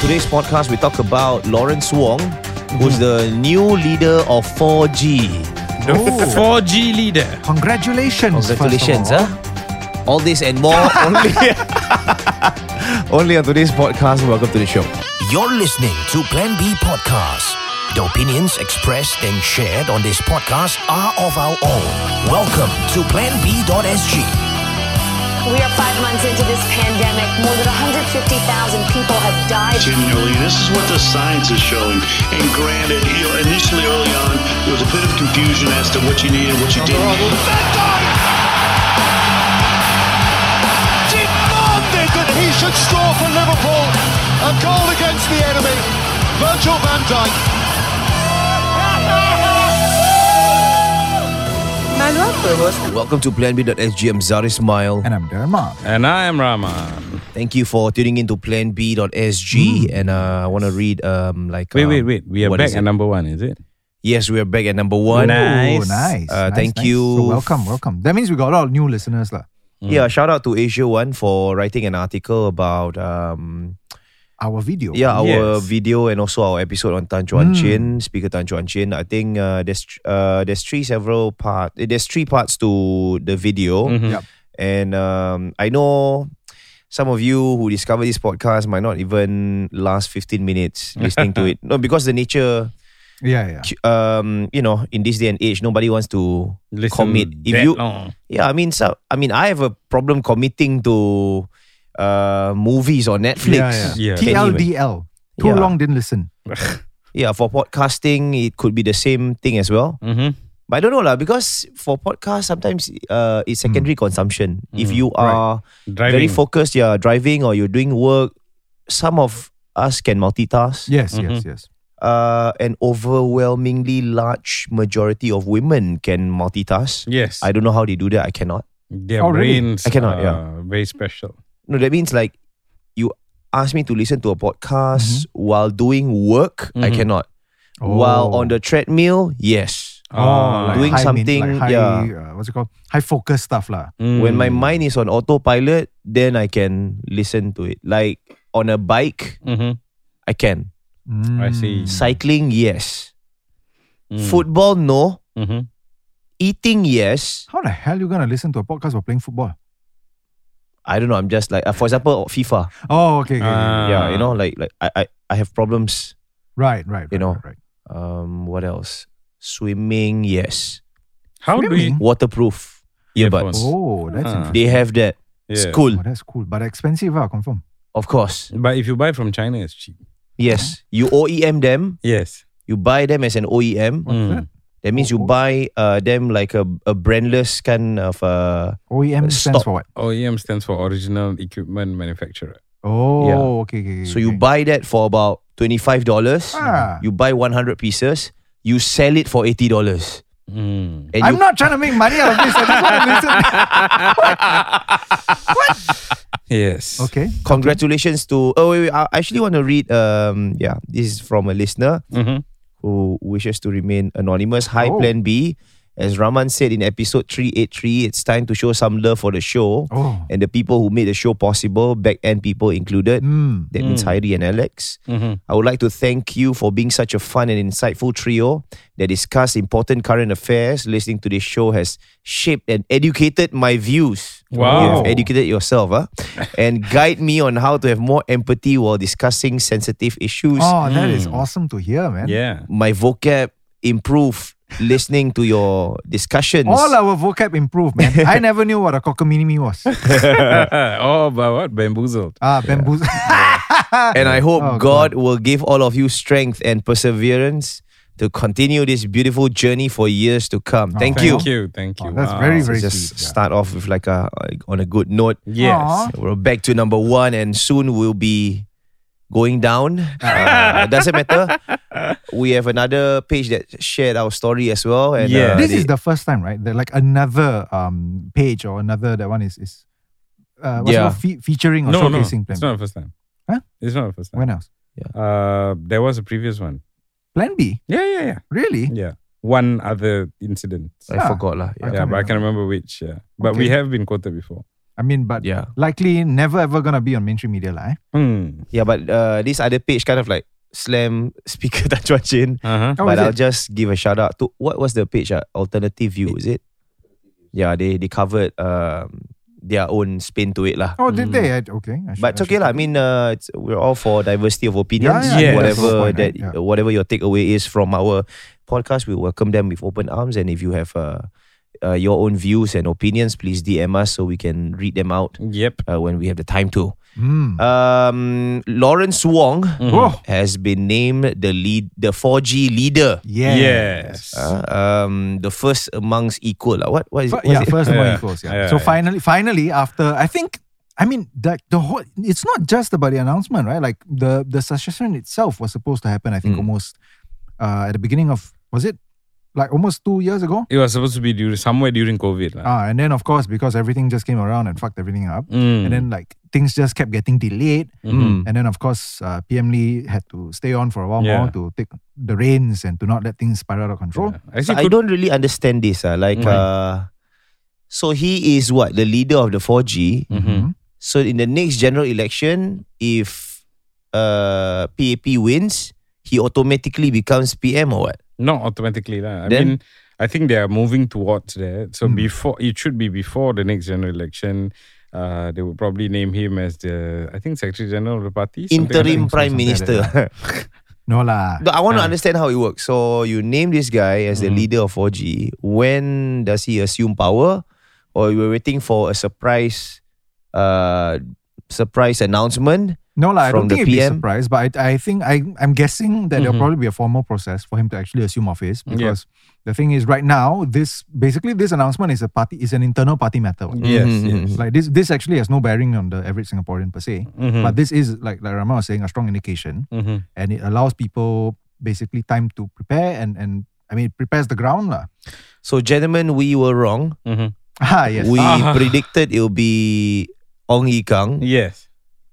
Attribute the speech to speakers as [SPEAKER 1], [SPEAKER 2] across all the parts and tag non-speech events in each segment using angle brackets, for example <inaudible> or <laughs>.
[SPEAKER 1] today's podcast, we talk about Lawrence Wong, who's the new leader of 4G.
[SPEAKER 2] The 4G leader.
[SPEAKER 3] Congratulations.
[SPEAKER 1] Congratulations,
[SPEAKER 3] first
[SPEAKER 1] huh?
[SPEAKER 3] of
[SPEAKER 1] All this and more only, only on today's podcast. Welcome to the show.
[SPEAKER 4] You're listening to Plan B Podcast. The opinions expressed and shared on this podcast are of our own. Welcome to planb.sg.
[SPEAKER 5] We are five months into this pandemic. More than 150,000 people have died.
[SPEAKER 6] continually. This is what the science is showing. And granted, you know, initially early on, there was a bit of confusion as to what you needed, what you didn't need.
[SPEAKER 7] demanded that he should score for Liverpool. A goal against the enemy. Virgil van Dijk.
[SPEAKER 1] Welcome to PlanB.SG. I'm Zari Smile.
[SPEAKER 3] all, And I'm Oh, Dharma.
[SPEAKER 2] And I am Rama.
[SPEAKER 1] Thank you for tuning in to PlanB.SG. And uh, I want to read um like
[SPEAKER 2] Wait,
[SPEAKER 1] um,
[SPEAKER 2] wait, wait. We are
[SPEAKER 1] what
[SPEAKER 2] back
[SPEAKER 1] is
[SPEAKER 2] at
[SPEAKER 1] it?
[SPEAKER 2] number one, is it?
[SPEAKER 1] yes, we are back at number one.
[SPEAKER 2] Nice.
[SPEAKER 3] Oh, nice.
[SPEAKER 1] Uh,
[SPEAKER 3] nice,
[SPEAKER 1] thank
[SPEAKER 3] nice.
[SPEAKER 1] you.
[SPEAKER 3] So welcome, welcome. That means we got a lot of new listeners. lah.
[SPEAKER 1] Yeah, shout out to Asia One for writing an article about um
[SPEAKER 3] Our video.
[SPEAKER 1] yeah our
[SPEAKER 2] Yes. Hmm.
[SPEAKER 1] video and also our episode on Tan Chuan Chin, speaker Tan Chuan Chin. I think uh, there's tr- uh, there's three several part eh, there's three parts to the video,
[SPEAKER 2] Mm-hmm.
[SPEAKER 3] Yep.
[SPEAKER 1] and um, I know. Some of you who discover this podcast might not even last 15
[SPEAKER 2] <laughs>
[SPEAKER 1] minutes listening to it. No, because the nature
[SPEAKER 3] Yeah, yeah.
[SPEAKER 1] um, you know, in this day and age, nobody wants to
[SPEAKER 2] Listen
[SPEAKER 1] commit. If
[SPEAKER 2] that
[SPEAKER 1] you,
[SPEAKER 2] long. <laughs>
[SPEAKER 1] yeah, I mean, so I mean, I have a problem committing to uh movies on Netflix.
[SPEAKER 3] Yeah, yeah.
[SPEAKER 2] Yeah.
[SPEAKER 1] Can even-
[SPEAKER 3] TLDL. Too
[SPEAKER 1] Yeah.
[SPEAKER 3] long didn't listen.
[SPEAKER 1] yeah, for podcasting, it could be the same thing as well.
[SPEAKER 2] Mm-hmm.
[SPEAKER 1] But I don't know lah, because for podcast, sometimes uh, it's secondary consumption. If you are
[SPEAKER 2] Driving.
[SPEAKER 1] very focused, you're driving or you're doing work, some of us can multitask.
[SPEAKER 3] Yes,
[SPEAKER 2] Mm-hmm.
[SPEAKER 3] yes, yes.
[SPEAKER 1] Uh, an overwhelmingly large majority of women can multitask.
[SPEAKER 2] Yes.
[SPEAKER 1] I don't know how they do that. I cannot.
[SPEAKER 2] Their
[SPEAKER 3] Oh, really?
[SPEAKER 2] brains
[SPEAKER 1] I cannot,
[SPEAKER 2] are
[SPEAKER 1] yeah.
[SPEAKER 2] very special.
[SPEAKER 1] No, that means like you ask me to listen to a podcast while doing work. I
[SPEAKER 2] Mhm.
[SPEAKER 1] cannot.
[SPEAKER 3] Oh.
[SPEAKER 1] While on the treadmill, yes.
[SPEAKER 3] Oh,
[SPEAKER 2] Ah,
[SPEAKER 3] like
[SPEAKER 1] doing
[SPEAKER 3] high main-
[SPEAKER 1] something,
[SPEAKER 3] like high,
[SPEAKER 1] yeah.
[SPEAKER 3] uh, what's it called? High focus stuff, lah.
[SPEAKER 2] mm,
[SPEAKER 1] When
[SPEAKER 2] Hmm.
[SPEAKER 1] my mind is on autopilot, then I can listen to it. Like on a bike,
[SPEAKER 2] hmm
[SPEAKER 1] I can.
[SPEAKER 2] I
[SPEAKER 1] mm,
[SPEAKER 2] see. Mm,
[SPEAKER 3] Mm.
[SPEAKER 1] Cycling, yes. Football, no.
[SPEAKER 2] hmm
[SPEAKER 1] Eating, yes.
[SPEAKER 3] How the hell you gonna listen to a podcast while playing football?
[SPEAKER 1] I don't know. I'm just like, uh, for example, FIFA.
[SPEAKER 3] Oh, okay, okay, okay.
[SPEAKER 2] Ah.
[SPEAKER 1] yeah, you know, like like I, I, I have problems.
[SPEAKER 3] right, right,
[SPEAKER 1] You
[SPEAKER 3] right,
[SPEAKER 1] know.
[SPEAKER 3] right, right.
[SPEAKER 1] Um, what else? Swimming, yes.
[SPEAKER 2] How do you?
[SPEAKER 3] Swimming?
[SPEAKER 1] Waterproof earbuds.
[SPEAKER 2] Headphones.
[SPEAKER 3] Oh, that's
[SPEAKER 2] Ah.
[SPEAKER 3] interesting.
[SPEAKER 1] They have that.
[SPEAKER 2] Yeah.
[SPEAKER 1] School,
[SPEAKER 3] Oh, that's cool, but expensive, ah, confirm.
[SPEAKER 1] of course.
[SPEAKER 2] But if you buy from China, it's cheap.
[SPEAKER 1] Yes, you OEM them.
[SPEAKER 2] Yes.
[SPEAKER 1] You buy them as an OEM.
[SPEAKER 3] What's
[SPEAKER 2] Mm.
[SPEAKER 3] that?
[SPEAKER 1] That means you
[SPEAKER 3] Oh.
[SPEAKER 1] buy uh, them like a, a brandless kind of. Uh,
[SPEAKER 3] OEM E stands
[SPEAKER 1] Stock.
[SPEAKER 3] for what?
[SPEAKER 2] OEM E stands for Original Equipment Manufacturer.
[SPEAKER 3] Oh,
[SPEAKER 1] Yeah.
[SPEAKER 3] okay, okay, okay.
[SPEAKER 1] so you
[SPEAKER 3] okay.
[SPEAKER 1] buy that for about twenty five dollars.
[SPEAKER 3] Mm-hmm. Ah.
[SPEAKER 1] You buy one hundred pieces. You sell it for eighty dollars.
[SPEAKER 2] Mm.
[SPEAKER 1] And you,
[SPEAKER 3] I'm not trying to make money out of this. I just want to
[SPEAKER 1] <laughs>
[SPEAKER 3] listen.
[SPEAKER 2] Yes.
[SPEAKER 3] Okay.
[SPEAKER 1] congratulations to. Oh wait, wait, I actually want to read. Um, yeah, this is from a listener
[SPEAKER 2] hmm
[SPEAKER 1] who wishes to remain anonymous. Hi,
[SPEAKER 3] Oh.
[SPEAKER 1] Plan B. As Raman said in episode three eight three, it's time to show some love for the show.
[SPEAKER 3] Oh.
[SPEAKER 1] and the people who made the show possible, back end people included.
[SPEAKER 3] Mm.
[SPEAKER 1] That means Heidi and Alex. I would like to thank you for being such a fun and insightful trio that discuss important current affairs. Listening to this show has shaped and educated my views. You have
[SPEAKER 2] Wow.
[SPEAKER 1] educated yourself, huh? and guide me on how to have more empathy while discussing sensitive issues.
[SPEAKER 3] Oh, that is awesome to hear, man.
[SPEAKER 2] Yeah.
[SPEAKER 1] My vocab improved listening to your discussions.
[SPEAKER 3] All our vocab improved, man.
[SPEAKER 1] <laughs>
[SPEAKER 3] I never knew what a cockaminimi was.
[SPEAKER 2] <laughs> oh, but what? Bamboozled.
[SPEAKER 3] Ah, bamboo.
[SPEAKER 1] And I hope
[SPEAKER 3] Oh,
[SPEAKER 1] God will give all of you strength and perseverance to continue this beautiful journey for years to come. Thank you.
[SPEAKER 2] Thank you. Thank you. Uh,
[SPEAKER 3] Oh, that's
[SPEAKER 2] Wow.
[SPEAKER 3] very, Oh, very
[SPEAKER 1] Just
[SPEAKER 3] sweet. yeah.
[SPEAKER 1] start off with like a like on a good note.
[SPEAKER 2] Yes.
[SPEAKER 3] Aw.
[SPEAKER 1] We're back to number one, and soon we'll be going down. Uh, doesn't matter. We have another page that shared our story as well. And uh,
[SPEAKER 2] Yeah.
[SPEAKER 3] <laughs> This
[SPEAKER 1] they-
[SPEAKER 3] is the first time, right? That like another um page or another that one is is uh what's it
[SPEAKER 1] Yeah.
[SPEAKER 3] called? Fe- featuring or
[SPEAKER 2] No, no.
[SPEAKER 3] showcasing plan.
[SPEAKER 2] It's not the first time.
[SPEAKER 3] Huh?
[SPEAKER 2] It's not the first time.
[SPEAKER 3] When else?
[SPEAKER 2] Uh, there was a previous one.
[SPEAKER 3] Plan B.
[SPEAKER 2] Yeah, yeah, yeah.
[SPEAKER 3] Really?
[SPEAKER 2] Yeah. One other incident.
[SPEAKER 1] I
[SPEAKER 3] Yeah.
[SPEAKER 1] forgot lah. Yeah.
[SPEAKER 3] Eh? I
[SPEAKER 2] yeah,
[SPEAKER 3] can't
[SPEAKER 2] but I can remember which. Yeah. But we
[SPEAKER 3] Okay.
[SPEAKER 2] have been quoted before.
[SPEAKER 3] I mean, but
[SPEAKER 1] Yeah.
[SPEAKER 3] likely never ever gonna be on mainstream media, lah. eh?
[SPEAKER 2] Mm.
[SPEAKER 1] Yeah, but uh, this other page kind of like slam <laughs> speaker Tan Chuan Chin.
[SPEAKER 2] Uh-huh.
[SPEAKER 3] Oh,
[SPEAKER 1] but
[SPEAKER 3] is
[SPEAKER 1] I'll
[SPEAKER 3] it?
[SPEAKER 1] just give a shout out to what was the page? Uh, Alternative View, is it? Yeah, they they covered um, their own spin to it lah.
[SPEAKER 3] Oh, did they? I- Okay, I
[SPEAKER 1] Mm.
[SPEAKER 3] should-
[SPEAKER 1] But it's
[SPEAKER 3] I
[SPEAKER 1] okay
[SPEAKER 3] should-
[SPEAKER 1] lah. I mean, uh, it's, we're all for diversity of opinions.
[SPEAKER 2] yeah,
[SPEAKER 3] Yeah,
[SPEAKER 1] Whatever
[SPEAKER 3] yeah. Yes.
[SPEAKER 1] that,
[SPEAKER 3] Yeah.
[SPEAKER 1] whatever your takeaway is from our podcast, we welcome them with open arms. And if you have uh, uh, your own views and opinions, please DM us so we can read them out
[SPEAKER 2] Yep.
[SPEAKER 1] uh, when we have the time to.
[SPEAKER 2] Hmm.
[SPEAKER 3] Mm.
[SPEAKER 1] Um, Lawrence Wong
[SPEAKER 2] Mm-hmm.
[SPEAKER 3] Oh,
[SPEAKER 1] has been named the lead, the 4G leader.
[SPEAKER 3] yes.
[SPEAKER 2] Yes.
[SPEAKER 1] Uh, um, the first amongst equal. lah. What? What is,
[SPEAKER 3] But
[SPEAKER 1] was
[SPEAKER 3] yeah,
[SPEAKER 1] it?
[SPEAKER 3] first more
[SPEAKER 2] Yeah.
[SPEAKER 3] equals. Yeah.
[SPEAKER 2] Yeah,
[SPEAKER 3] so
[SPEAKER 2] yeah.
[SPEAKER 3] finally, finally, after I think, I mean, the the whole it's not just about the announcement, right? Like the the succession itself was supposed to happen. I think
[SPEAKER 2] Mm.
[SPEAKER 3] almost uh, at the beginning of was it like almost two years ago?
[SPEAKER 2] It was supposed to be during, somewhere during COVID. lah.
[SPEAKER 3] Ah, and then of course because everything just came around and fucked everything up,
[SPEAKER 2] Mm.
[SPEAKER 3] and then like things just kept getting delayed,
[SPEAKER 2] Mhm.
[SPEAKER 3] and then of course uh, PM Lee had to stay on for a while
[SPEAKER 2] Yeah.
[SPEAKER 3] more to take the reins and to not let things spiral out of control.
[SPEAKER 1] So
[SPEAKER 2] Actually,
[SPEAKER 1] I
[SPEAKER 2] could-
[SPEAKER 1] don't really understand this. Uh, like, uh, so he is what the leader of the 4G.
[SPEAKER 2] Mhm.
[SPEAKER 1] So in the next general election, if uh, PAP wins, he automatically becomes PM or what?
[SPEAKER 2] Not automatically. lah. I
[SPEAKER 1] Then- Hmm.
[SPEAKER 2] mean, I think they are moving towards that. So
[SPEAKER 3] Mm.
[SPEAKER 2] before it should be before the next general election. Uh, they would probably name him as the I think Secretary General of the party. something like
[SPEAKER 1] Interim
[SPEAKER 2] that.
[SPEAKER 1] Prime
[SPEAKER 3] something like
[SPEAKER 1] Minister. <laughs>
[SPEAKER 3] No lah.
[SPEAKER 1] No, I want to
[SPEAKER 2] Ah.
[SPEAKER 1] understand how it works. So you name this guy as the
[SPEAKER 3] Mm-hmm.
[SPEAKER 1] leader of 4G. When does he assume power? Or you were waiting for a surprise uh, surprise announcement?
[SPEAKER 3] No, lah. I
[SPEAKER 1] from
[SPEAKER 3] don't
[SPEAKER 1] the
[SPEAKER 3] think it'd
[SPEAKER 1] PM?
[SPEAKER 3] be surprised, but I, I think I, I'm guessing that there'll
[SPEAKER 2] Mhm.
[SPEAKER 3] probably be a formal process for him to actually assume office
[SPEAKER 2] Yeah.
[SPEAKER 3] because the thing is, right now, this basically this announcement is a party is an internal party matter. what.
[SPEAKER 2] Yes,
[SPEAKER 1] Mhm,
[SPEAKER 2] yes.
[SPEAKER 1] mhm.
[SPEAKER 3] Like this, this actually has no bearing on the average Singaporean per se,
[SPEAKER 2] Mhm.
[SPEAKER 3] but this is like like Rama was saying, a strong indication,
[SPEAKER 2] Mhm.
[SPEAKER 3] and it allows people basically time to prepare and and I mean it prepares the ground lah. <laughs>
[SPEAKER 1] So, gentlemen, we were wrong.
[SPEAKER 2] Mhm.
[SPEAKER 3] Ah <laughs> yes.
[SPEAKER 1] We
[SPEAKER 2] Ah.
[SPEAKER 1] predicted it'll be Ong Yi Kang,
[SPEAKER 2] Yes.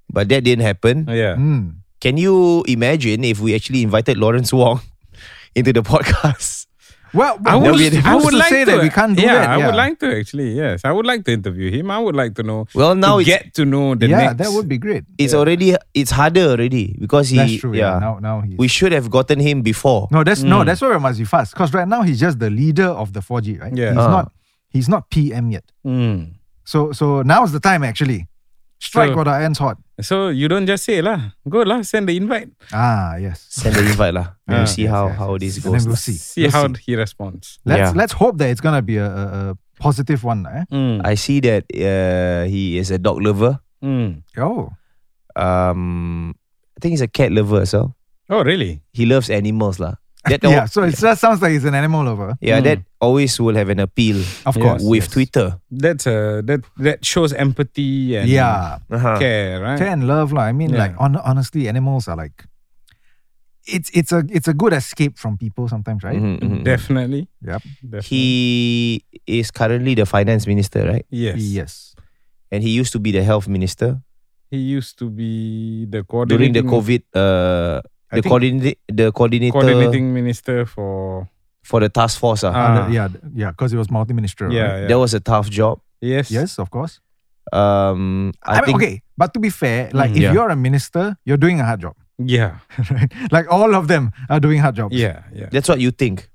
[SPEAKER 1] but that didn't happen.
[SPEAKER 2] Yeah.
[SPEAKER 3] Mm.
[SPEAKER 1] Can you imagine if we actually invited Lawrence Wong <laughs> into the podcast?
[SPEAKER 3] Well,
[SPEAKER 2] I
[SPEAKER 3] but
[SPEAKER 2] would,
[SPEAKER 3] we're
[SPEAKER 2] I
[SPEAKER 3] supposed
[SPEAKER 2] would
[SPEAKER 3] to
[SPEAKER 2] like
[SPEAKER 3] say
[SPEAKER 2] to.
[SPEAKER 3] that we can't do
[SPEAKER 2] yeah, I
[SPEAKER 3] that.
[SPEAKER 2] would like to actually. Yes, I would like to interview him. I would like to know.
[SPEAKER 1] Well, now
[SPEAKER 2] to
[SPEAKER 1] it's
[SPEAKER 2] get to know the
[SPEAKER 3] yeah,
[SPEAKER 2] next.
[SPEAKER 3] that would be great.
[SPEAKER 1] it's already it's harder already because he
[SPEAKER 3] That's true.
[SPEAKER 1] yeah.
[SPEAKER 3] Yeah. Now now he's
[SPEAKER 1] we should have gotten him before.
[SPEAKER 3] No, that's no, that's why we must be fast. Because right now he's just the leader of the 4G, right?
[SPEAKER 2] Yeah.
[SPEAKER 3] He's
[SPEAKER 1] Ah.
[SPEAKER 3] not he's not PM yet.
[SPEAKER 2] Mm.
[SPEAKER 3] So so now's the time actually. Strike
[SPEAKER 2] True.
[SPEAKER 3] while the iron's hot.
[SPEAKER 2] So you don't just say lah. Go lah. Send the invite.
[SPEAKER 3] Ah, yes. <laughs>
[SPEAKER 1] Send the invite lah. We'll
[SPEAKER 2] Ah,
[SPEAKER 1] see
[SPEAKER 3] yes,
[SPEAKER 1] how
[SPEAKER 3] yes,
[SPEAKER 1] how
[SPEAKER 3] yes.
[SPEAKER 1] this
[SPEAKER 3] And then
[SPEAKER 1] goes.
[SPEAKER 3] we'll
[SPEAKER 1] lah.
[SPEAKER 3] see.
[SPEAKER 2] See
[SPEAKER 3] We'll
[SPEAKER 2] how
[SPEAKER 3] see.
[SPEAKER 2] he responds.
[SPEAKER 1] Yeah.
[SPEAKER 3] Let's let's hope that it's gonna be a, a, a positive one, eh?
[SPEAKER 2] Mm.
[SPEAKER 1] I see that uh, he is a dog lover.
[SPEAKER 2] Mm.
[SPEAKER 3] Oh.
[SPEAKER 1] Um, I think he's a cat lover as well.
[SPEAKER 2] Oh really?
[SPEAKER 1] He loves animals
[SPEAKER 3] <laughs>
[SPEAKER 1] lah. That al-
[SPEAKER 3] yeah, so it just sounds like he's an animal lover.
[SPEAKER 1] yeah, that always will have an appeal.
[SPEAKER 3] Of
[SPEAKER 2] Yes,
[SPEAKER 3] course.
[SPEAKER 1] with
[SPEAKER 3] yes.
[SPEAKER 1] Twitter.
[SPEAKER 2] That's uh that that shows empathy and
[SPEAKER 3] Yeah.
[SPEAKER 1] Uh-huh.
[SPEAKER 2] care, right?
[SPEAKER 3] Care and love, lah. I mean,
[SPEAKER 2] Yeah.
[SPEAKER 3] like on, honestly, animals are like it's it's a it's a good escape from people sometimes, right? Mm-hmm.
[SPEAKER 1] Mhm, mhm.
[SPEAKER 2] Definitely.
[SPEAKER 3] Yep.
[SPEAKER 2] Definitely.
[SPEAKER 1] He is currently the finance minister, right?
[SPEAKER 2] yes.
[SPEAKER 3] Yes.
[SPEAKER 1] And he used to be the health minister
[SPEAKER 2] He used to be the
[SPEAKER 1] during
[SPEAKER 2] coordinating
[SPEAKER 1] the COVID. Uh,
[SPEAKER 2] I
[SPEAKER 1] the
[SPEAKER 2] think-
[SPEAKER 1] coordinate the coordinator
[SPEAKER 2] coordinating minister for
[SPEAKER 1] for the task force. ah.
[SPEAKER 2] Ah.
[SPEAKER 3] Uh, yeah, yeah, because it was multi-ministerial. right?
[SPEAKER 2] yeah, yeah.
[SPEAKER 1] That was a tough job.
[SPEAKER 2] yes.
[SPEAKER 3] Yes, of course.
[SPEAKER 1] Um, I,
[SPEAKER 3] I, mean,
[SPEAKER 1] think
[SPEAKER 3] okay, but to be fair,
[SPEAKER 2] Mm.
[SPEAKER 3] like if
[SPEAKER 2] Yeah.
[SPEAKER 3] you're a minister, you're doing a hard job. <laughs>
[SPEAKER 2] Yeah.
[SPEAKER 3] Right? Like all of them are doing hard jobs.
[SPEAKER 2] Yeah. Yeah.
[SPEAKER 1] that's what you think.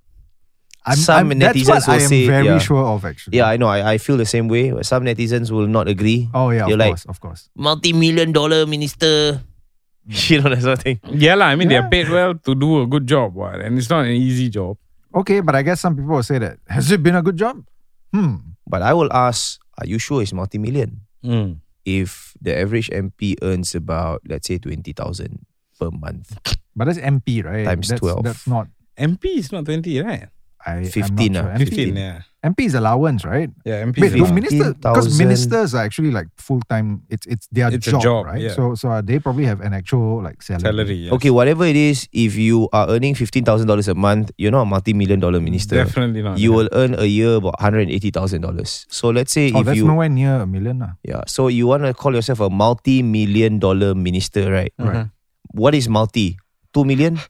[SPEAKER 3] I'm,
[SPEAKER 1] Some
[SPEAKER 3] I'm, that's
[SPEAKER 1] netizens
[SPEAKER 3] what I
[SPEAKER 1] will
[SPEAKER 3] am
[SPEAKER 1] say,
[SPEAKER 3] very
[SPEAKER 1] yeah.
[SPEAKER 3] sure of actually.
[SPEAKER 1] Yeah, I know. I, I feel the same way. Some netizens will not agree.
[SPEAKER 3] Oh yeah,
[SPEAKER 1] You're
[SPEAKER 3] of
[SPEAKER 1] like-
[SPEAKER 3] course, of course.
[SPEAKER 1] Multi-million dollar minister. <laughs> you know that sort of thing.
[SPEAKER 2] Yeah, lah. I mean, they are paid well to do a good job, what? and it's not an easy job.
[SPEAKER 3] Okay, but I guess some people will say that. Has it been a good job? Hmm.
[SPEAKER 1] But I will ask: Are you sure it's multi-million?
[SPEAKER 2] Mm.
[SPEAKER 1] If the average MP earns about let's say twenty thousand per month,
[SPEAKER 3] But that's MP, right?
[SPEAKER 1] Times
[SPEAKER 3] that's,
[SPEAKER 1] 12.
[SPEAKER 3] That's not.
[SPEAKER 2] MP is not 20, right?
[SPEAKER 3] I,
[SPEAKER 1] 15,
[SPEAKER 3] I'm
[SPEAKER 1] ah,
[SPEAKER 3] not sure.
[SPEAKER 2] 15,
[SPEAKER 3] MP,
[SPEAKER 2] yeah.
[SPEAKER 3] MP is allowance, right?
[SPEAKER 2] Yeah, MP. is
[SPEAKER 3] Wait, do
[SPEAKER 2] not.
[SPEAKER 3] minister because
[SPEAKER 1] 15,000.
[SPEAKER 3] ministers are actually like full time. It's it's their
[SPEAKER 2] It's a
[SPEAKER 3] job,
[SPEAKER 2] job,
[SPEAKER 3] right?
[SPEAKER 2] yeah.
[SPEAKER 3] So so are they probably have an actual like salary.
[SPEAKER 2] salary. yes.
[SPEAKER 1] okay, whatever it is, if you are earning fifteen thousand dollars a month, you're not a multi-million dollar minister.
[SPEAKER 2] Definitely not.
[SPEAKER 1] You will earn a year about hundred and eighty thousand dollars. So let's say
[SPEAKER 3] Oh,
[SPEAKER 1] if
[SPEAKER 3] that's
[SPEAKER 1] you
[SPEAKER 3] nowhere near a million, ah.
[SPEAKER 1] Yeah. So you want to call yourself a multi-million dollar minister, right?
[SPEAKER 3] Right.
[SPEAKER 1] What is multi? Two million?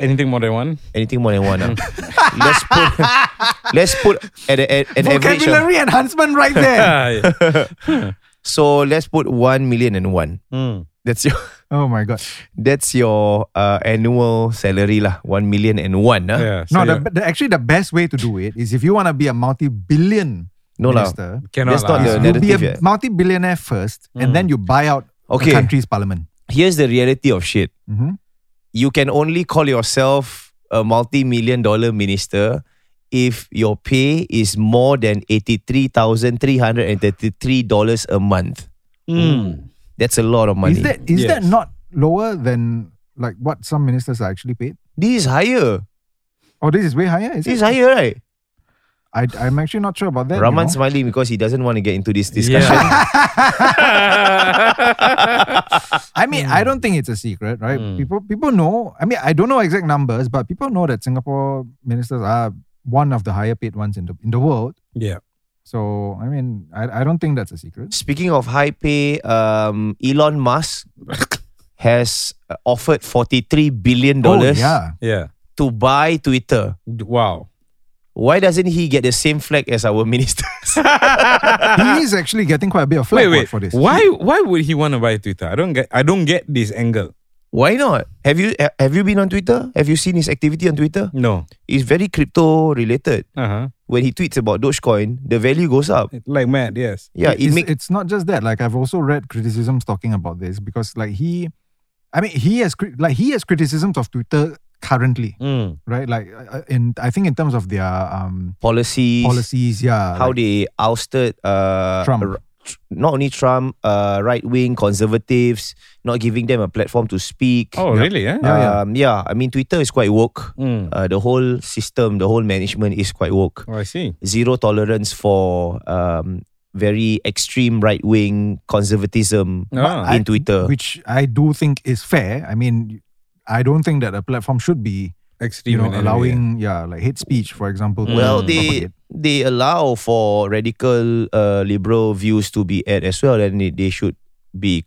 [SPEAKER 2] Anything more than one?
[SPEAKER 3] <laughs>
[SPEAKER 1] Anything more than one? ah? let's put let's put at a, at an average. ah. Of,
[SPEAKER 3] Vocabulary enhancement right
[SPEAKER 2] <laughs>
[SPEAKER 3] there.
[SPEAKER 2] Ah,
[SPEAKER 1] <laughs> so let's put one million and one. That's your
[SPEAKER 3] oh my god.
[SPEAKER 1] that's your uh, annual salary lah. One million and one. ah.
[SPEAKER 2] yeah.
[SPEAKER 3] No,
[SPEAKER 2] so
[SPEAKER 3] the,
[SPEAKER 2] you
[SPEAKER 3] the, actually the best way to do it is if you want to be a multi-billion
[SPEAKER 1] No lah.
[SPEAKER 3] minister,
[SPEAKER 2] cannot
[SPEAKER 1] That's not
[SPEAKER 2] lah.
[SPEAKER 1] the
[SPEAKER 3] you be a
[SPEAKER 1] narrative yet. Mm.
[SPEAKER 3] multi-billionaire first, and then you buy out
[SPEAKER 1] Okay.
[SPEAKER 3] the country's parliament.
[SPEAKER 1] Here's the reality of shit.
[SPEAKER 3] Mhm.
[SPEAKER 1] You can only call yourself a multi-million dollar minister if your pay is more than eighty-three thousand three hundred and thirty-three dollars a month. Mm. That's a lot of money.
[SPEAKER 3] Is that is that
[SPEAKER 2] Yes.
[SPEAKER 3] not lower than like what some ministers are actually paid?
[SPEAKER 1] this is higher.
[SPEAKER 3] Oh, this is way higher. Is
[SPEAKER 1] This is
[SPEAKER 3] it?
[SPEAKER 1] higher, right?
[SPEAKER 3] I, I'm actually not sure about that. you
[SPEAKER 1] Raman
[SPEAKER 3] know.
[SPEAKER 1] smiling because he doesn't want to get into this discussion. <laughs>
[SPEAKER 2] Yeah.
[SPEAKER 3] I mean,
[SPEAKER 1] Mm.
[SPEAKER 3] I don't think it's a secret, right? People people know. I mean, I don't know exact numbers, but people know that Singapore ministers are one of the higher paid ones in the in the world.
[SPEAKER 2] yeah.
[SPEAKER 3] So I mean, I, I don't think that's a secret.
[SPEAKER 1] Speaking of high pay, um, Elon Musk has uh, offered $43 billion
[SPEAKER 3] Oh, yeah.
[SPEAKER 2] Yeah.
[SPEAKER 1] to buy Twitter.
[SPEAKER 2] Wow.
[SPEAKER 1] Why doesn't he get the same flag as our <laughs> ministers?
[SPEAKER 3] he is actually getting quite a bit of flack
[SPEAKER 2] Wait, wait.
[SPEAKER 3] for this.
[SPEAKER 2] Why why would he want to buy Twitter? I don't get I don't get this angle.
[SPEAKER 1] Why not? Have you ha- have you been on Twitter? Have you seen his activity on Twitter?
[SPEAKER 2] No.
[SPEAKER 1] It's very crypto related.
[SPEAKER 2] Uh-huh.
[SPEAKER 1] When he tweets about Dogecoin, the value goes up.
[SPEAKER 2] Like mad, yes.
[SPEAKER 1] Yeah, it
[SPEAKER 3] it's,
[SPEAKER 1] make,
[SPEAKER 3] it's not just that. Like I've also read criticisms talking about this because like he, I mean he has cri- like he has criticisms of Twitter currently,
[SPEAKER 2] Mm.
[SPEAKER 3] right? Like uh, in I think in terms of their um
[SPEAKER 1] policies,
[SPEAKER 3] policies, yeah.
[SPEAKER 1] how
[SPEAKER 3] like,
[SPEAKER 1] they ousted uh,
[SPEAKER 3] Trump.
[SPEAKER 1] r- tr- not only Trump, uh, right wing conservatives, not giving them a platform to speak.
[SPEAKER 2] Oh, really? Eh?
[SPEAKER 3] Yeah, yeah.
[SPEAKER 1] Um, yeah, I mean, Twitter is quite woke.
[SPEAKER 2] Mm.
[SPEAKER 1] Uh, the whole system, the whole management is quite woke.
[SPEAKER 2] Oh, I see.
[SPEAKER 1] Zero tolerance for um, very extreme right wing conservatism
[SPEAKER 2] Ah.
[SPEAKER 1] in Twitter.
[SPEAKER 3] which I do think is fair. I mean, I don't think that a platform should be
[SPEAKER 2] Extreme
[SPEAKER 3] you know
[SPEAKER 2] and everything.
[SPEAKER 3] allowing yeah like hate speech for example. to
[SPEAKER 1] well,
[SPEAKER 3] be
[SPEAKER 1] they
[SPEAKER 3] propagated.
[SPEAKER 1] they allow for radical uh, liberal views to be aired as well, and it- they should be,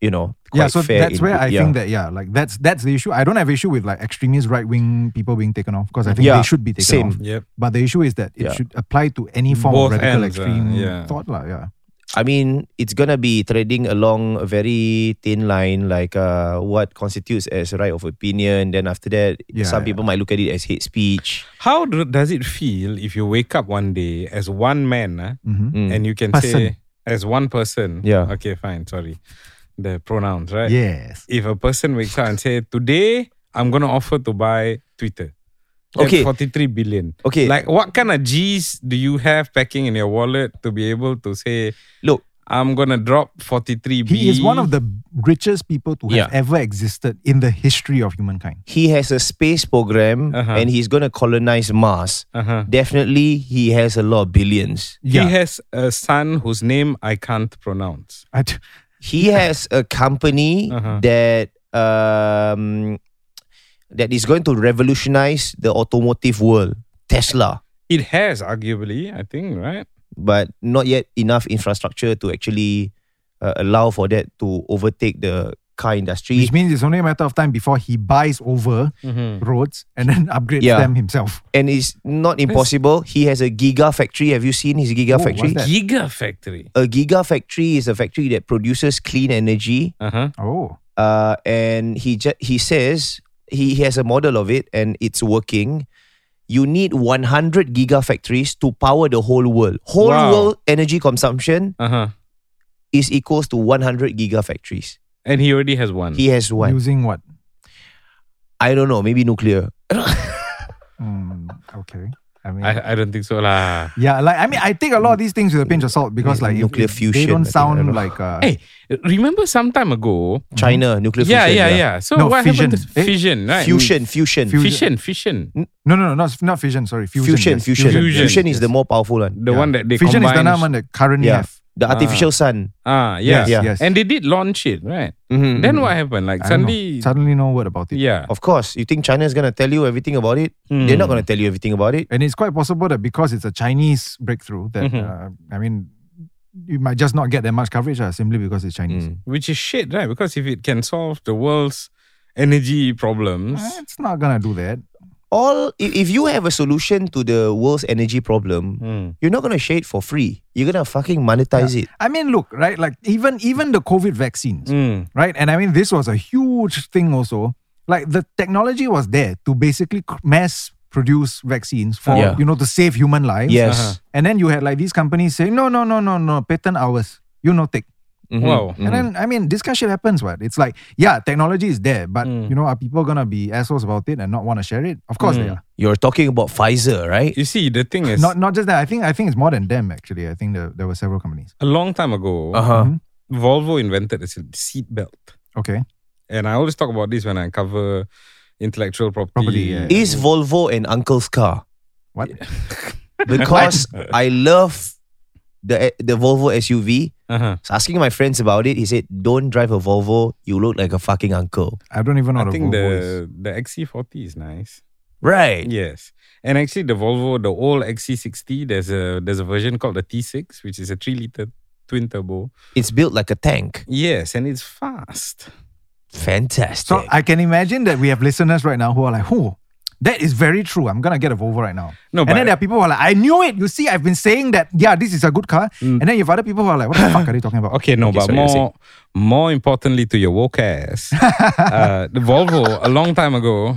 [SPEAKER 1] you know, quite
[SPEAKER 3] yeah, so
[SPEAKER 1] fair
[SPEAKER 3] that's
[SPEAKER 1] in-
[SPEAKER 3] where I
[SPEAKER 1] yeah.
[SPEAKER 3] think that yeah, like that's that's the issue. I don't have issue with like extremist right wing people being taken off because I think
[SPEAKER 1] Yeah,
[SPEAKER 3] they should be taken
[SPEAKER 1] same.
[SPEAKER 3] off.
[SPEAKER 2] Yep.
[SPEAKER 3] But the issue is that it
[SPEAKER 1] Yeah.
[SPEAKER 3] should apply to any form
[SPEAKER 2] Both
[SPEAKER 3] of
[SPEAKER 2] ends,
[SPEAKER 3] radical
[SPEAKER 2] uh,
[SPEAKER 3] extreme
[SPEAKER 2] yeah.
[SPEAKER 3] thought, lah. Yeah.
[SPEAKER 1] I mean, it's gonna be treading along a very thin line, like uh, what constitutes as right of opinion. Then after that,
[SPEAKER 3] Yeah,
[SPEAKER 1] some
[SPEAKER 3] yeah.
[SPEAKER 1] people might look at it as hate speech.
[SPEAKER 2] How do, does it feel if you wake up one day as one man ah,
[SPEAKER 3] hmm
[SPEAKER 1] Mm.
[SPEAKER 2] and you can say
[SPEAKER 3] Person.
[SPEAKER 2] as one person?
[SPEAKER 1] Yeah.
[SPEAKER 2] Okay, fine. Sorry. The pronouns, right?
[SPEAKER 3] Yes.
[SPEAKER 2] If a person wakes up and say, "Today I'm gonna offer to buy Twitter." at
[SPEAKER 1] Okay.
[SPEAKER 2] 43 billion.
[SPEAKER 1] Okay.
[SPEAKER 2] Like what kind of G's do you have packing in your wallet to be able to say,
[SPEAKER 1] Look,
[SPEAKER 2] I'm gonna drop 43
[SPEAKER 3] He is one of the richest people to
[SPEAKER 1] Yeah.
[SPEAKER 3] have ever existed in the history of humankind. <laughs>
[SPEAKER 1] he has a space program,
[SPEAKER 2] Uh-huh.
[SPEAKER 1] and he's gonna colonize Mars.
[SPEAKER 2] Uh-huh.
[SPEAKER 1] Definitely, he has a lot of billions.
[SPEAKER 2] He has a son whose name I can't pronounce.
[SPEAKER 3] I d-
[SPEAKER 1] He has a company
[SPEAKER 2] Uh-huh.
[SPEAKER 1] that um, that is going to revolutionize the automotive world, Tesla.
[SPEAKER 2] It has, arguably, I think, right?
[SPEAKER 1] but not yet enough infrastructure to actually uh, allow for that to overtake the car industry.
[SPEAKER 3] which means it's only a matter of time before he buys over roads and then <laughs> upgrades
[SPEAKER 1] Mm-hmm. Yeah.
[SPEAKER 3] them himself.
[SPEAKER 1] and it's not impossible. He has a giga factory. Have you seen his giga
[SPEAKER 3] what's
[SPEAKER 1] factory?
[SPEAKER 3] that?
[SPEAKER 2] Gigafactory.
[SPEAKER 1] A giga factory is a factory that produces clean energy.
[SPEAKER 2] Uh-huh.
[SPEAKER 3] Oh.
[SPEAKER 1] Uh, and he ju- he says he, he has a model of it and it's working. You need 100 giga factories to power the whole world. Whole
[SPEAKER 2] Wow.
[SPEAKER 1] world energy consumption
[SPEAKER 2] Uh-huh.
[SPEAKER 1] is equals to 100 giga factories.
[SPEAKER 2] And he already has one.
[SPEAKER 1] He has one.
[SPEAKER 3] Using what?
[SPEAKER 1] I don't know, maybe nuclear.
[SPEAKER 3] Hmm, okay. I mean,
[SPEAKER 2] I, I don't think so lah.
[SPEAKER 3] yeah, like I mean, I take a lot of these things with a pinch of salt because, like, if-
[SPEAKER 1] Mm, Nuclear
[SPEAKER 3] if
[SPEAKER 1] fusion,
[SPEAKER 3] They
[SPEAKER 1] I
[SPEAKER 3] don't
[SPEAKER 1] think, I don't
[SPEAKER 3] sound
[SPEAKER 1] know.
[SPEAKER 3] like. Uh,
[SPEAKER 2] Hey, remember some time ago?
[SPEAKER 1] China nuclear
[SPEAKER 2] Mm-hmm. Yeah,
[SPEAKER 1] fusion.
[SPEAKER 2] yeah, yeah. So
[SPEAKER 3] No,
[SPEAKER 2] what happened?
[SPEAKER 3] fission.
[SPEAKER 2] To
[SPEAKER 3] Eh?
[SPEAKER 2] fission, right?
[SPEAKER 1] Fusion, fusion, fusion,
[SPEAKER 2] Fission, fission.
[SPEAKER 3] No, no, no, not, not fission. Sorry, fusion.
[SPEAKER 1] fusion,
[SPEAKER 3] yes,
[SPEAKER 1] fusion.
[SPEAKER 2] Fusion.
[SPEAKER 1] is the more powerful one.
[SPEAKER 2] The one that they
[SPEAKER 3] Fission is the
[SPEAKER 2] combined.
[SPEAKER 3] one that currently
[SPEAKER 1] Yeah,
[SPEAKER 3] have.
[SPEAKER 1] the artificial sun.
[SPEAKER 2] Ah, yeah.
[SPEAKER 1] Yes, Yeah.
[SPEAKER 3] yes. Hmm.
[SPEAKER 2] And they did launch it, right?
[SPEAKER 1] Mhm,
[SPEAKER 2] Then what happened? Like
[SPEAKER 3] I don't know.
[SPEAKER 2] suddenly,
[SPEAKER 3] suddenly no word about it.
[SPEAKER 2] yeah.
[SPEAKER 1] Of course, you think China is gonna tell you everything about it?
[SPEAKER 2] Hmm.
[SPEAKER 1] They're not gonna tell you everything about it.
[SPEAKER 3] And it's quite possible that because it's a Chinese breakthrough, that
[SPEAKER 1] Mm-hmm.
[SPEAKER 3] uh, I mean, you might just not get that much coverage uh, simply because it's Chinese.
[SPEAKER 2] Hmm.
[SPEAKER 1] Mm.
[SPEAKER 2] Which is shit, right? Because if it can solve the world's energy problems,
[SPEAKER 3] Eh, It's not gonna do that.
[SPEAKER 1] all if, if you have a solution to the world's energy problem,
[SPEAKER 2] Hmm.
[SPEAKER 1] you're not gonna share it for free. You're gonna fucking monetize it.
[SPEAKER 3] I mean, look, right? Like even even the COVID vaccines,
[SPEAKER 2] Hmm.
[SPEAKER 3] right? And I mean, this was a huge thing also. Like the technology was there to basically c- mass produce vaccines for
[SPEAKER 1] Yeah.
[SPEAKER 3] you know to save human lives.
[SPEAKER 1] Yes. Uh-huh.
[SPEAKER 3] And then you had like these companies saying, no, no, no, no, no, patent ours. You know, take.
[SPEAKER 2] Wow.
[SPEAKER 3] Mm-hmm. And then
[SPEAKER 1] Mm.
[SPEAKER 3] I mean, this kind of shit happens, right? It's like, yeah, technology is there, but
[SPEAKER 1] Mm.
[SPEAKER 3] you know, are people gonna be assholes about it and not want to share it? Of course they are.
[SPEAKER 1] You're talking about Pfizer, right?
[SPEAKER 2] Hmm. You see, the thing is,
[SPEAKER 3] Not not just that. I think I think it's more than them actually. I think there, there were several companies.
[SPEAKER 2] a long time ago,
[SPEAKER 1] huh.
[SPEAKER 3] Uh-huh.
[SPEAKER 2] Volvo invented a seat belt.
[SPEAKER 3] Okay.
[SPEAKER 2] And I always talk about this when I cover intellectual property.
[SPEAKER 3] Property,
[SPEAKER 2] and-
[SPEAKER 3] yeah.
[SPEAKER 1] Is Volvo an uncle's car?
[SPEAKER 3] What? <laughs>
[SPEAKER 1] Because I love the the Volvo SUV.
[SPEAKER 2] Uh-huh.
[SPEAKER 1] So asking my friends about it, he said, "Don't drive a Volvo. You look like a fucking uncle."
[SPEAKER 3] I don't even
[SPEAKER 2] I
[SPEAKER 3] know the
[SPEAKER 2] think
[SPEAKER 3] Volvo is.
[SPEAKER 2] the, the XC40 is nice.
[SPEAKER 1] Right.
[SPEAKER 2] Yes. And actually, the Volvo, the old XC60, there's a there's a version called the T6, which is a three liter twin turbo.
[SPEAKER 1] It's built like a tank.
[SPEAKER 2] Yes, and it's fast.
[SPEAKER 1] Fantastic.
[SPEAKER 3] So I can imagine that we have listeners right now who are like, oh, that is very true. I'm gonna get a Volvo right now.
[SPEAKER 2] No,
[SPEAKER 3] and
[SPEAKER 2] but-
[SPEAKER 3] then there are people who are like, I knew it. You see, I've been saying that. Yeah, this is a good car. And then you have other people who are like, what the fuck are they talking about?
[SPEAKER 2] Mm. <sighs> Okay, no, but
[SPEAKER 1] sorry, you're
[SPEAKER 2] more more importantly to your woke
[SPEAKER 3] <laughs>
[SPEAKER 2] ass, uh, the Volvo a long time ago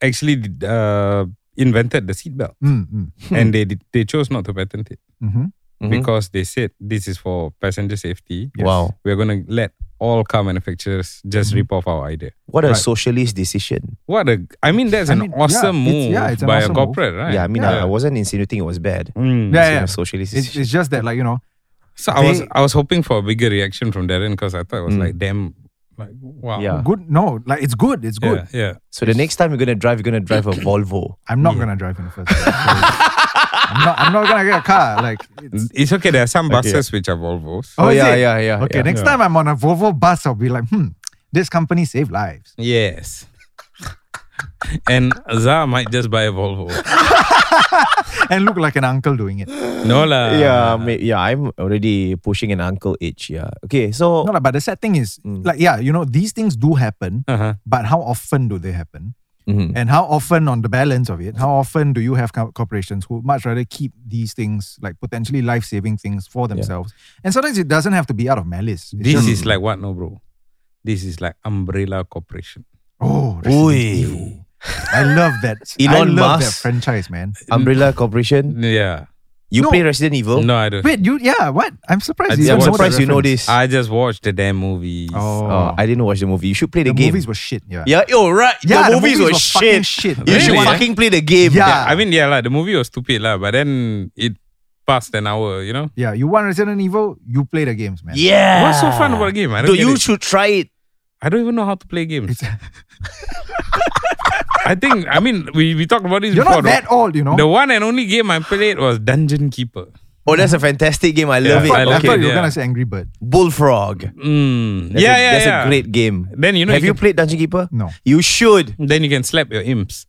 [SPEAKER 2] actually did, uh, invented the seatbelt,
[SPEAKER 3] Mm, mm.
[SPEAKER 2] and they did, they chose not to patent it
[SPEAKER 3] Mhm.
[SPEAKER 2] because they said this is for passenger safety.
[SPEAKER 1] Wow.
[SPEAKER 2] we're gonna let all car manufacturers just
[SPEAKER 3] Mm-hmm.
[SPEAKER 2] rip off our idea.
[SPEAKER 1] what a socialist decision.
[SPEAKER 2] What a! I mean, that's
[SPEAKER 3] I
[SPEAKER 2] an
[SPEAKER 3] mean, yeah,
[SPEAKER 2] awesome
[SPEAKER 3] it's-
[SPEAKER 2] move
[SPEAKER 3] yeah, it's an
[SPEAKER 2] by
[SPEAKER 3] awesome
[SPEAKER 2] a
[SPEAKER 3] move.
[SPEAKER 2] corporate, right?
[SPEAKER 1] Yeah, I mean, I, I
[SPEAKER 2] Yeah.
[SPEAKER 1] wasn't insinuating it was bad.
[SPEAKER 2] Mm.
[SPEAKER 3] Yeah,
[SPEAKER 1] Saying
[SPEAKER 3] yeah.
[SPEAKER 1] a Socialist
[SPEAKER 3] It's,
[SPEAKER 1] decision.
[SPEAKER 3] it's just that, like, you know,
[SPEAKER 2] So I was
[SPEAKER 3] They- Mm.
[SPEAKER 2] I was hoping for a bigger reaction from Darren because I thought it was like damn, like wow.
[SPEAKER 1] Yeah.
[SPEAKER 3] good. No, like, it's good. It's good.
[SPEAKER 2] Uh. Yeah, yeah.
[SPEAKER 1] So the next time you're gonna drive, you're gonna drive a Volvo.
[SPEAKER 3] I'm not gonna drive in the first place. I'm not, I'm not gonna get a car. Like, it's,
[SPEAKER 2] It's okay. There are
[SPEAKER 3] <laughs>
[SPEAKER 2] some buses which are Volvos.
[SPEAKER 3] <clears throat> Oh, is
[SPEAKER 1] yeah,
[SPEAKER 3] it?
[SPEAKER 1] yeah, yeah.
[SPEAKER 3] okay,
[SPEAKER 1] yeah.
[SPEAKER 3] next time I'm on a Volvo bus, I'll be like, hmm, this company saved lives.
[SPEAKER 2] Yes. <laughs> and Za might just buy a Volvo.
[SPEAKER 3] and look like an uncle doing
[SPEAKER 2] <gasps>
[SPEAKER 3] it. No,
[SPEAKER 2] No lah.
[SPEAKER 1] yeah, may, yeah. I'm already pushing an uncle age. Yeah. Okay. So
[SPEAKER 3] like, but the sad thing is,
[SPEAKER 2] Mm.
[SPEAKER 3] like, yeah, you know, these things do happen,
[SPEAKER 2] Uh-huh.
[SPEAKER 3] but how often do they happen?
[SPEAKER 1] Mhm.
[SPEAKER 3] And how often, on the balance of it, how often do you have co- corporations who much rather keep these things, like potentially life saving things, for themselves? And sometimes it doesn't have to be out of malice. It's
[SPEAKER 2] This is
[SPEAKER 3] just,
[SPEAKER 2] like what, no, bro? This is like Umbrella Corporation.
[SPEAKER 3] oh,
[SPEAKER 1] Ui.
[SPEAKER 3] Resident Evil. I love that. I
[SPEAKER 1] <laughs> Elon
[SPEAKER 3] love that
[SPEAKER 1] Musk.
[SPEAKER 3] franchise, man.
[SPEAKER 1] Umbrella Corporation,
[SPEAKER 2] Yeah.
[SPEAKER 1] you
[SPEAKER 3] No.
[SPEAKER 1] play Resident Evil.
[SPEAKER 2] No, I don't.
[SPEAKER 3] Wait, you? Yeah, what? I'm
[SPEAKER 2] I
[SPEAKER 3] surprised. you
[SPEAKER 2] just
[SPEAKER 1] I'm
[SPEAKER 2] watched
[SPEAKER 3] don't know the
[SPEAKER 1] surprised you know
[SPEAKER 3] reference.
[SPEAKER 1] this.
[SPEAKER 2] I just watched the damn movies.
[SPEAKER 3] Oh,
[SPEAKER 1] Oh, I didn't watch the movie. You should play the,
[SPEAKER 3] the
[SPEAKER 1] game.
[SPEAKER 3] movies were shit. Yeah.
[SPEAKER 1] yeah, yo, right.
[SPEAKER 3] Yeah,
[SPEAKER 1] the, movies, were, shit.
[SPEAKER 3] fucking shit.
[SPEAKER 1] You should
[SPEAKER 2] Really?
[SPEAKER 1] fucking play the game.
[SPEAKER 3] Yeah.
[SPEAKER 2] I mean, yeah, like the movie was stupid, lah. But then it passed an hour, you know.
[SPEAKER 3] Yeah, you want Resident Evil, you play the games, man.
[SPEAKER 1] Yeah.
[SPEAKER 2] What's so fun about the game? I don't.
[SPEAKER 1] Dude,
[SPEAKER 2] get
[SPEAKER 1] you
[SPEAKER 2] it.
[SPEAKER 1] should try it.
[SPEAKER 2] I don't even know how to play games. <laughs> I think. I mean, we we talked about this
[SPEAKER 3] You're
[SPEAKER 2] before.
[SPEAKER 3] not
[SPEAKER 2] the-
[SPEAKER 3] that old, you know.
[SPEAKER 2] The one and only game I played was Dungeon Keeper.
[SPEAKER 1] Oh, that's a fantastic game. I love
[SPEAKER 2] I
[SPEAKER 1] it.
[SPEAKER 2] love
[SPEAKER 3] I
[SPEAKER 2] Okay,
[SPEAKER 3] thought you were
[SPEAKER 2] yeah.
[SPEAKER 3] gonna say Angry Bird.
[SPEAKER 1] Bullfrog.
[SPEAKER 2] Mm.
[SPEAKER 1] That's
[SPEAKER 2] yeah,
[SPEAKER 1] a,
[SPEAKER 2] yeah,
[SPEAKER 1] That's
[SPEAKER 2] yeah.
[SPEAKER 1] a great game.
[SPEAKER 2] Then you know
[SPEAKER 1] Have you
[SPEAKER 2] you can,
[SPEAKER 1] played Dungeon Keeper?
[SPEAKER 3] No.
[SPEAKER 1] You should.
[SPEAKER 2] then you can slap your imps,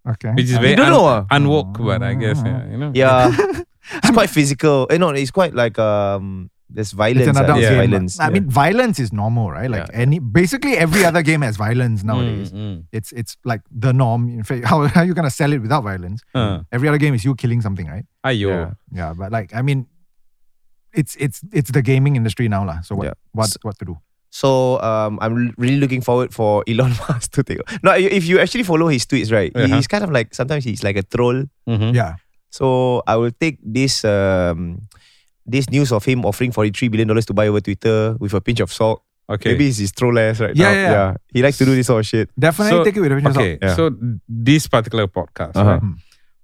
[SPEAKER 3] Okay.
[SPEAKER 2] which is very
[SPEAKER 1] don't
[SPEAKER 2] un-
[SPEAKER 1] know, ah?
[SPEAKER 2] unwoke, but I guess yeah, you know. <laughs>
[SPEAKER 1] Yeah. it's quite physical. Eh, no, it's quite like um. There's violence.
[SPEAKER 3] it's an
[SPEAKER 1] ah,
[SPEAKER 3] adult
[SPEAKER 1] there's
[SPEAKER 3] game.
[SPEAKER 1] violence.
[SPEAKER 3] I mean, violence is normal, right? Like any, basically every other game has
[SPEAKER 2] Hmm.
[SPEAKER 3] violence
[SPEAKER 2] Mm,
[SPEAKER 3] nowadays. It's it's like the norm. In fact, <laughs> how, how are you gonna sell it without violence?
[SPEAKER 2] Uh.
[SPEAKER 3] Every other game is you killing something, right?
[SPEAKER 2] Ayo.
[SPEAKER 3] Yeah, but like I mean, it's it's it's the gaming industry now, lah. So what
[SPEAKER 1] Yeah.
[SPEAKER 3] what what to do?
[SPEAKER 1] So um, I'm l- really looking forward for <laughs> Elon Musk to take. o- No, i- if you actually follow his tweets, right? he-
[SPEAKER 2] Uh-huh.
[SPEAKER 1] He's kind of like sometimes he's like a troll.
[SPEAKER 2] Mhm.
[SPEAKER 3] Yeah.
[SPEAKER 1] So I will take this um, this news of him offering 43 billion dollars to buy over Twitter with a pinch of salt.
[SPEAKER 2] Okay.
[SPEAKER 1] Maybe it's his troll ass right
[SPEAKER 2] Yeah,
[SPEAKER 1] now.
[SPEAKER 2] yeah, yeah.
[SPEAKER 1] He likes to do this sort of shit.
[SPEAKER 2] So-
[SPEAKER 3] Definitely take it with a pinch of salt.
[SPEAKER 2] okay.
[SPEAKER 1] Yeah.
[SPEAKER 2] So this particular podcast,
[SPEAKER 1] Uh-huh.
[SPEAKER 2] right,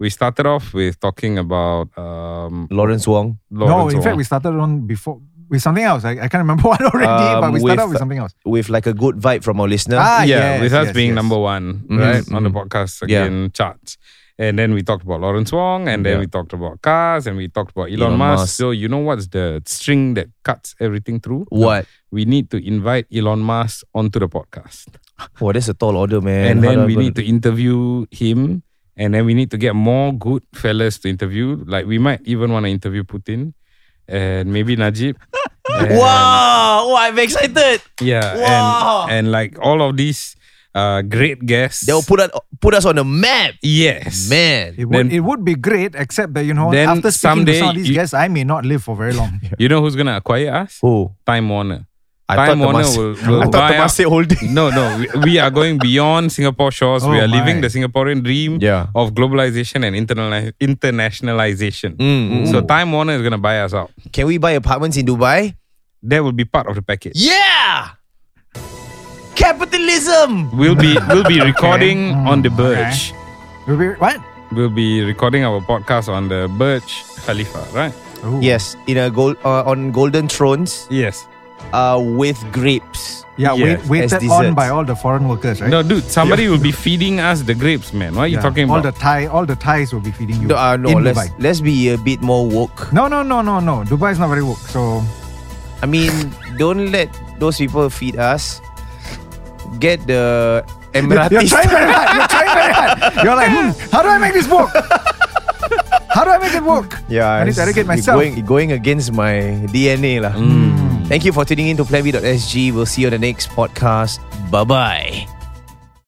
[SPEAKER 2] we started off with talking about um,
[SPEAKER 1] Lawrence Wong.
[SPEAKER 3] No,
[SPEAKER 2] Lawrence
[SPEAKER 3] in fact,
[SPEAKER 2] Wong.
[SPEAKER 3] we started on before with something else. I, I can't remember <laughs> what already, but
[SPEAKER 1] Um,
[SPEAKER 3] we
[SPEAKER 1] with-
[SPEAKER 3] started off with something else.
[SPEAKER 1] With like a good vibe from our listener.
[SPEAKER 3] Ah,
[SPEAKER 2] yeah,
[SPEAKER 3] yes,
[SPEAKER 2] with us
[SPEAKER 3] yes,
[SPEAKER 2] being
[SPEAKER 3] yes. Mm-hmm.
[SPEAKER 2] number one, right, on the podcast
[SPEAKER 1] Yeah.
[SPEAKER 2] again charts. And then we talked about Lawrence Wong, and then
[SPEAKER 1] Yeah.
[SPEAKER 2] we talked about cars, and we talked about
[SPEAKER 1] Elon
[SPEAKER 2] Elon, Musk.
[SPEAKER 1] Musk.
[SPEAKER 2] So you know what's the string that cuts everything through?
[SPEAKER 1] What?
[SPEAKER 2] we need to invite Elon Musk onto the podcast.
[SPEAKER 1] Oh, that's a tall order, man. How do
[SPEAKER 2] And, then
[SPEAKER 1] I
[SPEAKER 2] we
[SPEAKER 1] gonna
[SPEAKER 2] need to interview him. And then we need to get more good fellas to interview. Like we might even want to interview Putin and
[SPEAKER 1] <laughs>
[SPEAKER 2] maybe Najib. And-
[SPEAKER 1] Wow! Oh, I'm excited.
[SPEAKER 2] Yeah.
[SPEAKER 1] Wow.
[SPEAKER 2] And, and like all of these Uh, great guest.
[SPEAKER 1] They'll put us put us on the map,
[SPEAKER 2] yes.
[SPEAKER 1] man.
[SPEAKER 3] It
[SPEAKER 2] Then-
[SPEAKER 3] would, it would be great, except that you know,
[SPEAKER 2] Then
[SPEAKER 3] after speaking to
[SPEAKER 2] someday
[SPEAKER 3] some of these
[SPEAKER 2] you-
[SPEAKER 3] guys, I may not live for very long.
[SPEAKER 2] You know who's going to acquire us?
[SPEAKER 1] Who?
[SPEAKER 2] Time Warner.
[SPEAKER 1] I thought
[SPEAKER 2] Time Warner
[SPEAKER 1] Temasek-
[SPEAKER 2] will, will
[SPEAKER 1] I thought
[SPEAKER 2] buy
[SPEAKER 1] the
[SPEAKER 2] up-
[SPEAKER 1] Masjid holding.
[SPEAKER 2] No, no. We, we are going beyond Singapore shores. we
[SPEAKER 3] Oh
[SPEAKER 2] are living the
[SPEAKER 3] my.
[SPEAKER 2] Singaporean dream
[SPEAKER 1] Yeah.
[SPEAKER 2] of globalization and internali- internationalization.
[SPEAKER 1] Mm,
[SPEAKER 2] So Time Warner is going to buy us out.
[SPEAKER 1] Can we buy apartments in Dubai?
[SPEAKER 2] That will be part of the package.
[SPEAKER 1] Yeah. Capitalism.
[SPEAKER 2] We'll
[SPEAKER 3] <laughs>
[SPEAKER 2] be we'll be recording
[SPEAKER 3] Mm,
[SPEAKER 2] on the
[SPEAKER 3] okay.
[SPEAKER 2] Birch.
[SPEAKER 3] We'll be- what?
[SPEAKER 2] We'll be recording our podcast on the Birch Khalifa, right?
[SPEAKER 3] Ooh.
[SPEAKER 1] Yes, in a gold uh, on golden thrones,
[SPEAKER 2] Yes.
[SPEAKER 1] uh, with grapes.
[SPEAKER 3] Yeah,
[SPEAKER 2] Yes,
[SPEAKER 3] wait, waited
[SPEAKER 1] as
[SPEAKER 3] on
[SPEAKER 1] desserts.
[SPEAKER 3] by all the foreign workers, right?
[SPEAKER 2] No, dude, somebody will be feeding us the grapes, man. What are you
[SPEAKER 3] Yeah.
[SPEAKER 2] talking
[SPEAKER 3] all
[SPEAKER 2] about?
[SPEAKER 3] the Thai, all the Thais will be feeding you.
[SPEAKER 1] No, uh, no
[SPEAKER 3] in
[SPEAKER 1] let's
[SPEAKER 3] Dubai.
[SPEAKER 1] let's be a bit more woke.
[SPEAKER 3] No, no, no, no, no. Dubai is not very woke, so
[SPEAKER 1] I mean, don't let those people feed us. Get the
[SPEAKER 3] you're
[SPEAKER 1] Emiratis.
[SPEAKER 3] trying very hard. You're trying very
[SPEAKER 1] <laughs>
[SPEAKER 3] hard. You're like, hmm, how do I make this work? How do I make it work?
[SPEAKER 1] yeah,
[SPEAKER 3] I need
[SPEAKER 1] it's-
[SPEAKER 3] to educate
[SPEAKER 1] you're
[SPEAKER 3] myself.
[SPEAKER 1] Going, you're going against my DNA lah. Thank you for tuning in to PlanB.sg. We'll see you on the next podcast. Bye bye.